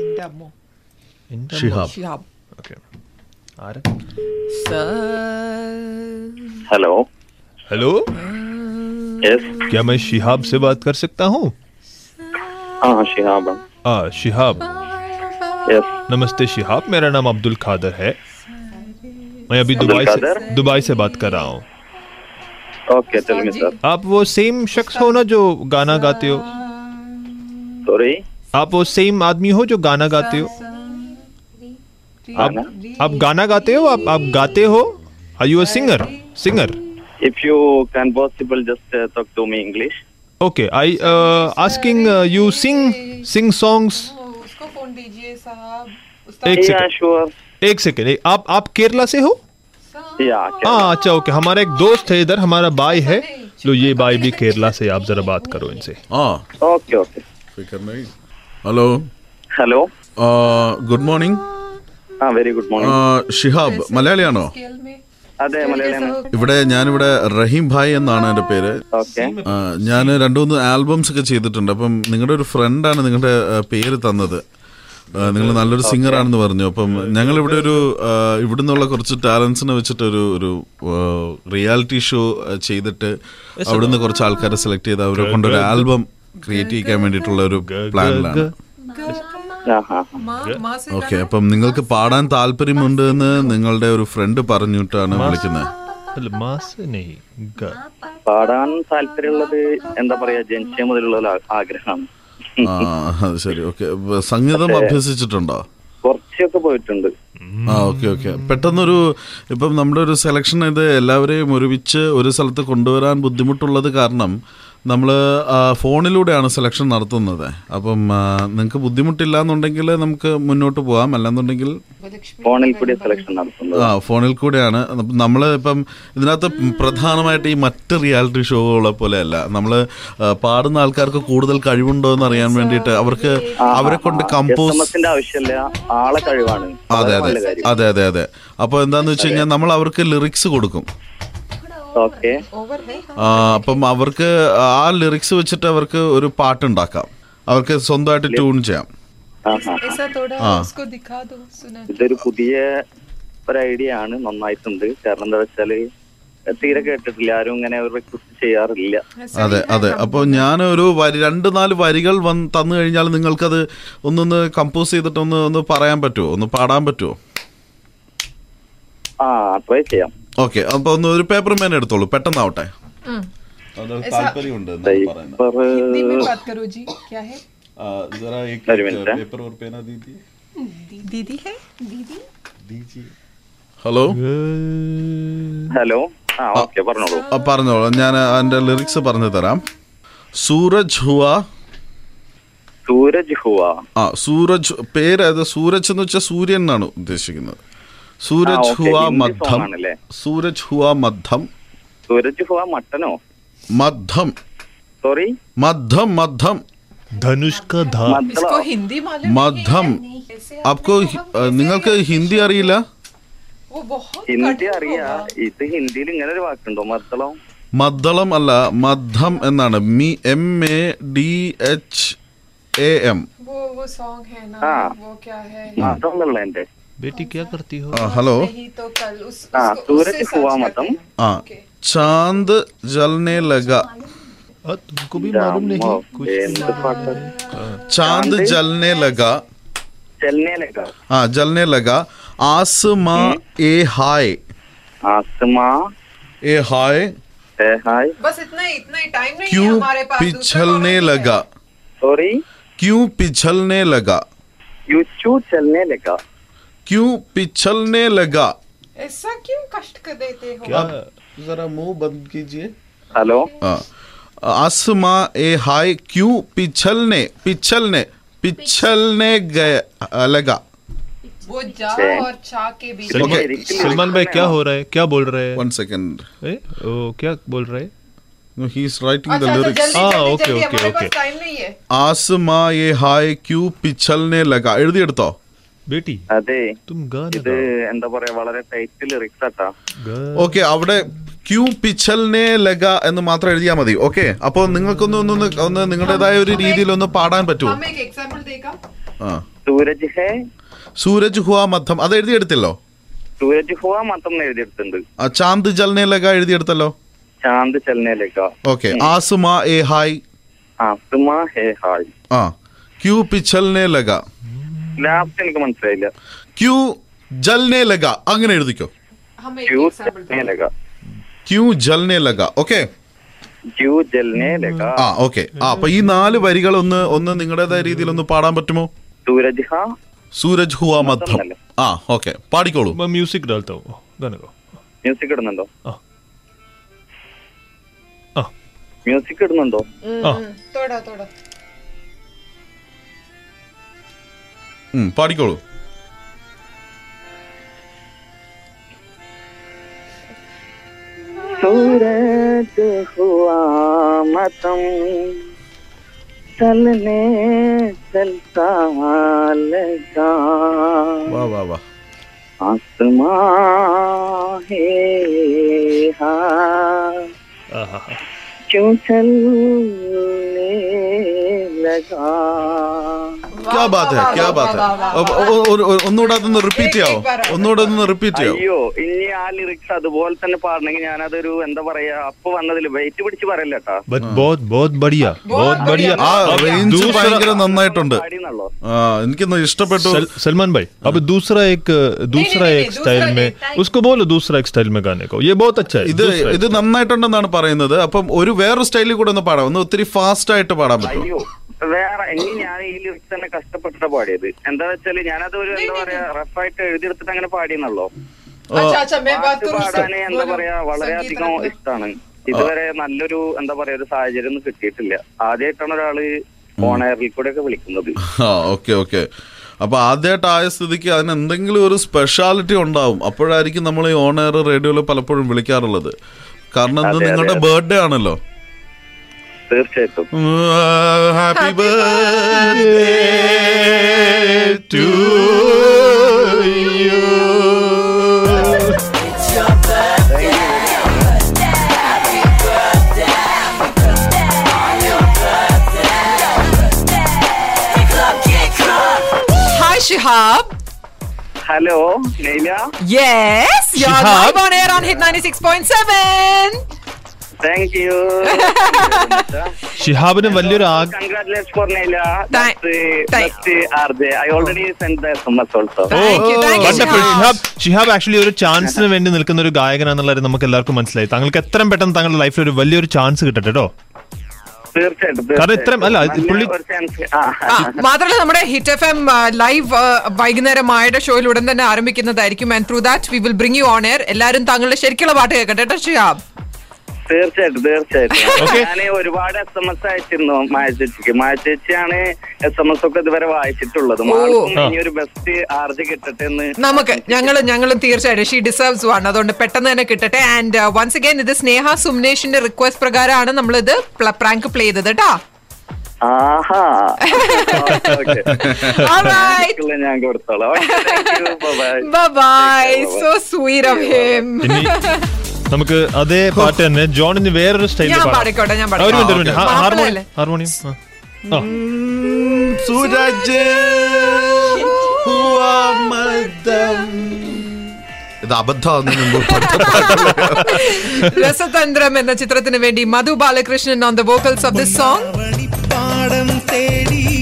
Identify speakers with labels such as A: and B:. A: എന്റെ അമ്മോ
B: എന്റെ
C: ഷിഹാബ്
A: ഷിഹാബ്
B: ഓക്കെ ആര്
D: हेलो
C: हेलो
D: यस
C: क्या मैं शिहाब से बात कर सकता हूँ
D: हाँ हाँ शिहाब हम
C: आ, शिहाब
D: यस
C: नमस्ते शिहाब मेरा नाम अब्दुल कादर है मैं अभी
D: अब्दुल
C: दुबई
D: कादर?
C: से दुबई से बात कर रहा हूँ
D: ओके टेल मी सर
C: आप वो सेम शख्स हो ना जो गाना गाते हो
D: सॉरी
C: आप वो सेम आदमी हो जो गाना गाते हो
D: गाना?
C: आप आप गाना गाते हो आप आप गाते हो are you a singer singer
D: if you can possible just talk to me English
C: okay I uh, asking you sing sing songs
A: उसको फोन दीजिए साहब
C: एक
D: या
C: सेकंड
D: श्योर
C: एक सेकंड एक- आप आप केरला से हो
A: साहब
D: या
C: हाँ अच्छा ओके हमारा एक दोस्त है इधर हमारा बाई है लो ये बाई भी केरला से है, आप जरा बात करो इनसे
E: हाँ
D: ओके ओके
E: फिक्र नहीं हेलो
D: हेलो
E: ഗുഡ് മോർണിംഗ്
D: हाँ very good
E: Ah.
D: Morning
E: Shihab മലയാളിയാണോ
A: स्केल में
D: അതെ മലയാളിയാണ്
E: ഇവിടെ ഞാനിവിടെ റഹീം ഭായ് എന്നാണ് എൻ്റെ പേര്
D: ഓക്കെ
E: ഞാൻ രണ്ട് മൂന്ന് ആൽബംസ് ഒക്കെ ചെയ്തിട്ടുണ്ട് അപ്പം നിങ്ങളുടെ ഒരു ഫ്രണ്ടാണ് നിങ്ങളുടെ ആ, പേര് തന്നത് നിങ്ങൾ നല്ലൊരു സിംഗർ ആണെന്ന് പറഞ്ഞു അപ്പം ഞങ്ങൾ ഇവിടെ ഒരു ആ, ഇവിടുന്നുള്ള കുറച്ച് ടാലൻസിനെ വെച്ചിട്ട് ഒരു ഒരു റിയാലിറ്റി ഷോ ചെയ്തിട്ട് അവിടുന്ന് കുറച്ച് ആൾക്കാരെ സെലക്ട് ചെയ്ത് അവരെ കൊണ്ട് ഒരു ആൽബം ക്രിയേറ്റ് ചെയ്യിക്കാൻ വേണ്ടിയിട്ടുള്ള ഒരു പ്ലാനിലാണ്
D: हाँ हाँ हाँ
A: माँ माँ से
E: ഓക്കെ അപ്പം നിങ്ങൾക്ക് പാടാൻ താല്പര്യമുണ്ട് എന്ന് നിങ്ങളുടെ ഒരു ഫ്രണ്ട് പറഞ്ഞിട്ടാണ് വിളിക്കുന്നത്
C: അല്ല, മാസ് നെയ് ഗ.
D: പാടാൻ താല്പര്യമുള്ളത് എന്താ പറയാ ജനിച്ചേ മുതലുള്ള ഒരു ആ- ആഗ്രഹമാണ്
E: ആ അത് ശരി ഓക്കെ സംഗീതം അഭ്യസിച്ചിട്ടുണ്ടോ
D: കുറച്ചൊക്കെ പോയിട്ടുണ്ട്
E: ആ ഓക്കെ ഓക്കെ പെട്ടെന്നൊരു ഇപ്പം നമ്മുടെ ഒരു സെലക്ഷൻ ഇത് എല്ലാവരെയും ഒരുമിച്ച് ഒരു സ്ഥലത്ത് കൊണ്ടുവരാൻ ബുദ്ധിമുട്ടുള്ളത് കാരണം നമ്മൾ ഫോണിലൂടെയാണ് സെലക്ഷൻ നടത്തുന്നത് അപ്പം നിങ്ങൾക്ക് ബുദ്ധിമുട്ടില്ല എന്നുണ്ടെങ്കിൽ നമുക്ക് മുന്നോട്ട് പോകാം അല്ലാന്നുണ്ടെങ്കിൽ
D: ഫോണിൽ കൂടി സെലക്ഷൻ നടത്തുന്നത്
E: ആ ഫോണിൽ കൂടെയാണ് നമ്മൾ ഇപ്പം ഇതിനകത്ത് പ്രധാനമായിട്ട് ഈ മറ്റ് റിയാലിറ്റി ഷോകളെ പോലെയല്ല നമ്മൾ പാടുന്ന ആൾക്കാർക്ക് കൂടുതൽ കഴിവുണ്ടോ എന്ന് അറിയാൻ വേണ്ടിയിട്ട് അവർക്ക് അവരെ കൊണ്ട് കമ്പോസ്
D: എസ്എംഎസിന്റെ ആവശ്യമില്ല ആളെ കഴിവാണ് വളരെ
E: അതെ അതെ
D: നല്ല കാര്യം
E: അതെ അതെ അതെ അപ്പോൾ എന്താന്ന് വെച്ച് കഴിഞ്ഞാൽ നമ്മൾ അവർക്ക് ലിറിക്സ് കൊടുക്കും
D: ഓക്കെ
A: ओवर है हाँ।
E: ആ, അപ്പം അവർക്ക് ആ ലിറിക്സ് വെച്ചിട്ട് അവർക്ക് ഒരു പാട്ടുണ്ടാക്കാം അവർക്ക് സ്വന്തമായിട്ട് ട്യൂൺ ചെയ്യാം
D: ആ ഹാ
A: ऐसा थोड़ा
C: हाँ।
A: उसको दिखा दो सुना
D: ഇതൊരു പുതിയ ഒരു ഐഡിയ ആണ് നന്നായിട്ടുണ്ട് കാരണം എന്താ വെച്ചാല് തീരെ കേട്ടിട്ടില്ല ആരും ഇങ്ങനെ റിക്വസ്റ്റ് ചെയ്യാറില്ല
E: അതെ അതെ അപ്പോൾ ഞാൻ ഒരു വരി രണ്ട് നാല് വരികൾ വന്ന് തന്നു കഴിഞ്ഞാൽ നിങ്ങൾക്കത് ഒന്നൊന്ന് കമ്പോസ് ചെയ്തിട്ട് ഒന്ന് ഒന്ന് പറയാൻ പറ്റുമോ ഒന്ന് പാടാൻ പറ്റുമോ
D: ആ ട്രൈ ചെയ്യാം
E: ഓക്കെ അപ്പോൾ ഒന്ന് ഒരു പേപ്പർ മേന എടുത്തോളൂ പെട്ടെന്നാവട്ടെ
A: ഉം.
E: താല്പര്യമുണ്ട്
D: Paper,
A: हिंदी में बात करो जी क्या है
D: ഒരു മിനിറ്റ്
A: दीदी है दीदी
E: ഹലോ
D: ഹലോ ആ ഓക്കെ പറഞ്ഞോളൂ
E: ആ, പറഞ്ഞോളൂ ഞാൻ അതിൻ്റെ ലിറിക്സ് പറഞ്ഞു തരാം സൂരജ് ഹുവ
D: സൂരജ് ഹുവ
E: ആ സൂരജ് പേര് അത് സൂരജ് എന്ന് വെച്ചാൽ സൂര്യൻ എന്നാണ് ഉദ്ദേശിക്കുന്നത് സൂരജ്
D: ആ, okay.
E: ഹുവ
D: ഹിന്ദി
E: മദ്ധം
D: song ആണല്ലേ?
E: സൂരജ് ഹുവ മദ്ധം
D: സൂരജ് ഹുവ മട്ടനോ
E: മദ്ധം
D: സോറി
E: मध्यम मध्यम
C: धनुष का धा
A: इसको हिंदी मालूम
E: मध्यम आपको हि- अ, നിങ്ങൾക്ക് ഹിന്ദി അറിയില്ല
A: वो बहुत
D: ഹിന്ദി
A: कठिन
D: അറിയാ
A: होगा।
D: ഇത് ഹിന്ദിയിൽ ഇങ്ങനെ ഒരു വാക്കുണ്ടോ മത്തളം
E: മദ്ദളം അല്ല മദ്ധം എന്നാണ് മി M A D H A M
A: वो वो सॉन्ग है ना
D: हाँ।
A: वो क्या है
D: മതം എന്നുള്ള എന്റെ
C: बेटी क्या करती हो
E: ഹലോ
A: नहीं तो कल उस
D: ആ
A: उसको-
D: സൂരജ്
A: उससे
D: ഹുവ
A: search
D: മതം
A: करते हैं।
E: ആ ചാന്ദ് ജൽനെ ലഗ
C: आ, तुमको भी मालूम नहीं कुछ
D: എന്ത് പാട്ടാണ്
A: हाँ।
E: ചാന്ദ് ജൽനെ ലഗ
D: ചെന്നൈയിലേക്കാ
E: ആ ജൽനെ ലഗ ആസ്മ എ ഹായ്
D: ആസ്മ
E: എ ഹായ്
D: ഏ ഹായ്
A: बस इतना ही इतना ही टाइम नहीं है
E: ക്യൂ
A: हमारे पास दूसरा
E: പിഛൽനെ
A: गाना
E: ലഗ
A: है।
D: സോറി
E: ക്യൂ പിഛൽനെ ലഗ
D: യുച്ചു ചെന്നൈയിലേക്കാ
E: ക്യൂ പിഛൽനെ ലഗ
A: ऐसा क्यों कष्ट कर देते हो
C: क्या
E: जरा मुंह बंद कीजिए
D: ഹലോ
E: आसमा ए हाय क्यों पिछलने पिछलने पिछलने गया लगा
A: वो जा
D: छे।
A: और चा के बीच
E: Okay.
C: सलमान सलमान भाई क्या हो रहा है क्या बोल रहे हैं
E: वन सेकेंड
C: ए, ओ, क्या बोल रहे हैं
E: ही इज राइटिंग द
A: अच्छा अच्छा
E: लिरिक्स
A: जल्दी
C: हाँ,
A: जल्दी
C: okay,
A: जल्दी
C: okay,
A: हमारे
C: okay.
A: पास टाइम नहीं है
E: ആസ്മാ എ ഹായ് ക്യൂ പിച്ചലിനെ ലഗ എഴുതിയെടുത്തോ
C: बेटी
D: അതെ
C: तुम गा ना
D: ഇത് എന്താ പറയാ വളരെ ടൈറ്റ് ലിറിക്സ് ആട്ടാ
C: गाओ। गा
E: ഓക്കെ അവിടെ ക്യൂ പിച്ചൽനെ ലഗ എന്ന് മാത്രം എഴുതിയാൽ മതി ഓക്കെ അപ്പോൾ നിങ്ങൾക്കൊന്ന് ഒന്ന് ഒന്ന് നിങ്ങളുടേതായ ഒരു രീതിയിൽ ഒന്ന് പാടാൻ പറ്റുമോ
A: हम एक एग्जाम्पल देगा
E: ആ
D: സൂരജ് ഹേ
E: സൂരജ് ഹുവ മദ്ധം അത് എഴുതിയെടുത്തില്ലോ
D: സൂരജ് ഹുവ മാത്രം എന്ന് എഴുതിയെടുത്തിട്ടുണ്ട്
E: ആ ചാന്ദ് ജൽനെ ലഗ എഴുതിയെടുത്തല്ലോ
D: ചാന്ത് ചലനയിലേക്കാ
E: ഓക്കെ ആസുമ എ ഹായ്
D: ആസുമ ഹേ ഹായ്
E: ആ ക്യൂ പിച്ചൽനെ ലഗ
D: ലാസ്റ്റ് എനിക്ക് മനസ്സിലായില്ല
E: ക്യൂ ജൽനെ ലഗ അങ്ങനെ എഴുതിക്കോ
A: हम एक
D: ക്യൂ
A: एग्जाम्पल देगा
D: ചലനയിലേക്കാ
E: ക്യൂ ജൽനെ ലഗ ഓക്കെ
D: ക്യൂ ജലനയിലേക്കാ
E: ആ ഓക്കെ ആ അപ്പൊ ഈ നാല് വരികൾ ഒന്ന് ഒന്ന് നിങ്ങളുടേതായ രീതിയിൽ ഒന്ന് പാടാൻ പറ്റുമോ
D: സൂരജ് ഹ
E: സൂരജ് ഹുവ മദ്ധം
D: മദ്ദം
E: ആ ഓക്കെ പാടിക്കോളൂ
B: मैं म्यूजिक डालता हूँ गाने को
D: മ്യൂസിക് ഇടുന്നുണ്ടോ
B: ആ. ആ.
D: മ്യൂസിക് ഇടുന്നുണ്ടോ
A: हम्म,
B: ആ.
A: थोड़ा थोड़ा
E: ഉം, പാടിക്കോളൂ
D: सूरज हुआ मतम चलने चलता लगा
E: വാ വാ വാ
D: आसमां है हाँ
B: आहा हा
D: क्यों चलने लगा
E: ക്യാ ബാത് ഹെ ക്യാ ബാത് ഹെ ഒ- ഒ- ഒ- ഒ- ഒന്നുകൂടെ അതൊന്ന് റിപ്പീറ്റ് ചെയ്യാവോ ഒന്നുകൂടെ ഒന്ന് റിപ്പീറ്റ് ചെയ്യാവോ
D: അയ്യോ ഇനി ആ ലിറിക്സ് അതുപോലെ തന്നെ പാടണമെങ്കിൽ ഞാനതൊരു എന്താ പറയാ അപ്പൊ വന്നതിൽ വെയിറ്റ് പിടിച്ച് പറയല്ലേട്ടാ
B: बट बहुत बहुत बढ़िया बहुत बढ़िया
E: ആ
B: अब
E: റേഞ്ച്
B: दूसरा-
E: ഭയങ്കര നന്നായിട്ടുണ്ട്
D: പാടിയെന്നുള്ളോ
E: ആ എനിക്കൊന്ന് ഇഷ്ടപ്പെട്ടു
B: सल- सलमान भाई अब दूसरा एक दूसरा
A: नहीं,
B: एक
A: दूसरा
B: स्टाइल
A: नहीं,
B: में
A: टाइम-
B: उसको बोलो दूसरा एक स्टाइल में गाने को ये बहुत अच्छा है
E: ഇത്
B: दूसरा एक-
E: ഇത് നന്നായിട്ടുണ്ടെന്നാണ് പറയുന്നത് അപ്പം ഒരു വേറൊരു സ്റ്റൈലിൽ കൂടെ ഒന്ന് പാടാം ഒന്ന് ഒത്തിരി ഫാസ്റ്റ് ആയിട്ട് പാടാൻ പറ്റും
D: അയ്യോ വേറെ ഇനി ഞാൻ ഈ ലിറിക്സ് തന്നെ കഷ്ടപ്പെട്ടിട്ട് പാടിയത് എന്താ വെച്ചാല് ഞാനത് ഒരു എന്താ പറയാ റഫായിട്ട് എഴുതിയെടുത്തിട്ട് അങ്ങനെ പാടിയെന്നുള്ളോ
A: अच्छा अच्छा मैं बात
D: പാട്ട്
A: करूँ
D: പാടാന് എന്താ പറയാ വളരെയധികം ഇഷ്ടമാണ് ഇതുവരെ നല്ലൊരു എന്താ പറയാ ഒരു സാഹചര്യം ഒന്നും കിട്ടിയിട്ടില്ല ആദ്യമായിട്ടാണ് ഒരാള് ഓൺ എയറിൽ കൂടെ ഒക്കെ വിളിക്കുന്നത്
E: ആ ഓക്കെ ഓക്കെ അപ്പൊ ആദ്യമായിട്ടായ സ്ഥിതിക്ക് അതിന് എന്തെങ്കിലും ഒരു സ്പെഷ്യാലിറ്റി ഉണ്ടാവും അപ്പോഴായിരിക്കും നമ്മൾ ഈ ഓണർ റേഡിയോയിൽ പലപ്പോഴും വിളിക്കാറുള്ളത് കാരണം ഇത്
D: അതെ, അതെ,
E: നിങ്ങളുടെ
D: അതെ.
E: ബർത്ത്ഡേ ആണല്ലോ
D: തീർച്ചയായിട്ടും
E: happy birthday to you
F: Hi, Shihab.
D: Hello Laila
F: Yes, you're
B: Shihab?
F: live on air on Hit 96.7.
D: Thank you
B: ഷിഹാബിന് വലിയൊരു ആഗ്-
D: congratulation for Laila
F: Thank- thank-
D: R J I already send the S M S also
F: Thank you, thank you,
B: Wonderful.
F: Shihab.
B: Shihab Shihab actually ഒരു ചാൻസിന് വേണ്ടി നിൽക്കുന്ന ഒരു ഗായകനാണെന്നുള്ള കാര്യം നമുക്ക് എല്ലാവർക്കും മനസ്സിലായി താങ്കൾക്ക് എത്രയും പെട്ടെന്ന് താങ്കളുടെ ലൈഫിൽ ഒരു വലിയൊരു ചാൻസ് കിട്ടട്ടെ കേട്ടോ
D: തീർച്ചയായിട്ടും
B: കാരണം ഇത്രയും- അല്ല, ഇത്
D: നല്ല
B: പുള്ളി-
D: ഒരു chance. ആ,
F: ആ, മാത്രമല്ല നമ്മുടെ ഹിറ്റ് എഫ് എം ലൈവ് വൈകുന്നേരം ആയുടെ ഷോയിൽ ഉടൻ തന്നെ ആരംഭിക്കുന്നതായിരിക്കും and through that we will bring you on air എല്ലാവരും താങ്കളുടെ ശരിക്കുള്ള പാട്ട് കേൾക്കട്ടെ കേട്ടോ ഷിഹാബ്
D: തീർച്ചയായിട്ടും തീർച്ചയായിട്ടും
B: Okay.
D: ഞാൻ ഒരുപാട് എസ് എം എസ് അയച്ചിരുന്നു മായ ചേച്ചിക്ക് മായ ചേച്ചിയാണ് എസ് എം എസ് ഒക്കെ ഇതുവരെ വായിച്ചിട്ടുള്ളത് ആൾക്കും
B: ആ.
D: ഇനി ഒരു ബെസ്റ്റ് ആർജ് കിട്ടട്ടെ എന്ന്
F: നമുക്ക് ഞങ്ങൾ ഞങ്ങൾ തീർച്ചയായിട്ടും ഷീ ഡിസേർവ്സ് വൺ അതുകൊണ്ട് പെട്ടെന്ന് തന്നെ കിട്ടട്ടെ ആൻഡ് വൺസ് അഗൈൻ ഇത് സ്നേഹ സുംനേഷിന്റെ റിക്വസ്റ്റ് പ്രകാരമാണ് നമ്മൾ ഇത് പ്രാങ്ക് പ്ലേ ചെയ്തത് കേട്ടോ
D: ആഹാ Okay, okay.
F: Alright.
D: ഉള്ള ഞാൻ കൊടുത്തോളാം Okay, thank you. Bye-bye.
F: Bye so sweet of him
B: ഇനി നമുക്ക് അതേ പാട്ട് തന്നെ ജോൺ ഇനി വേറൊരു സ്റ്റൈലിൽ
F: ഞാൻ
B: പാടാം
F: പാടിക്കോട്ടെ ഞാൻ
B: ആ, ഒരു മിനിറ്റ് ഒരു മിനിറ്റ്
F: പാടിക്കോട്ടെ
B: ഹാ-
F: മാപ്പിളയല്ലേ?
B: ഹാർമോണിയം ഹാർമോണിയം ആ. ആ.
E: സൂരജ് ഹുവാ മദ്ദം. ഇത് അബദ്ധമാകുന്നതിന് മുമ്പ് പഠിച്ച
F: രസതന്ത്രം എന്ന ചിത്രത്തിന് വേണ്ടി Madhu Balakrishnan on the vocals of this song
G: പാടം തേടി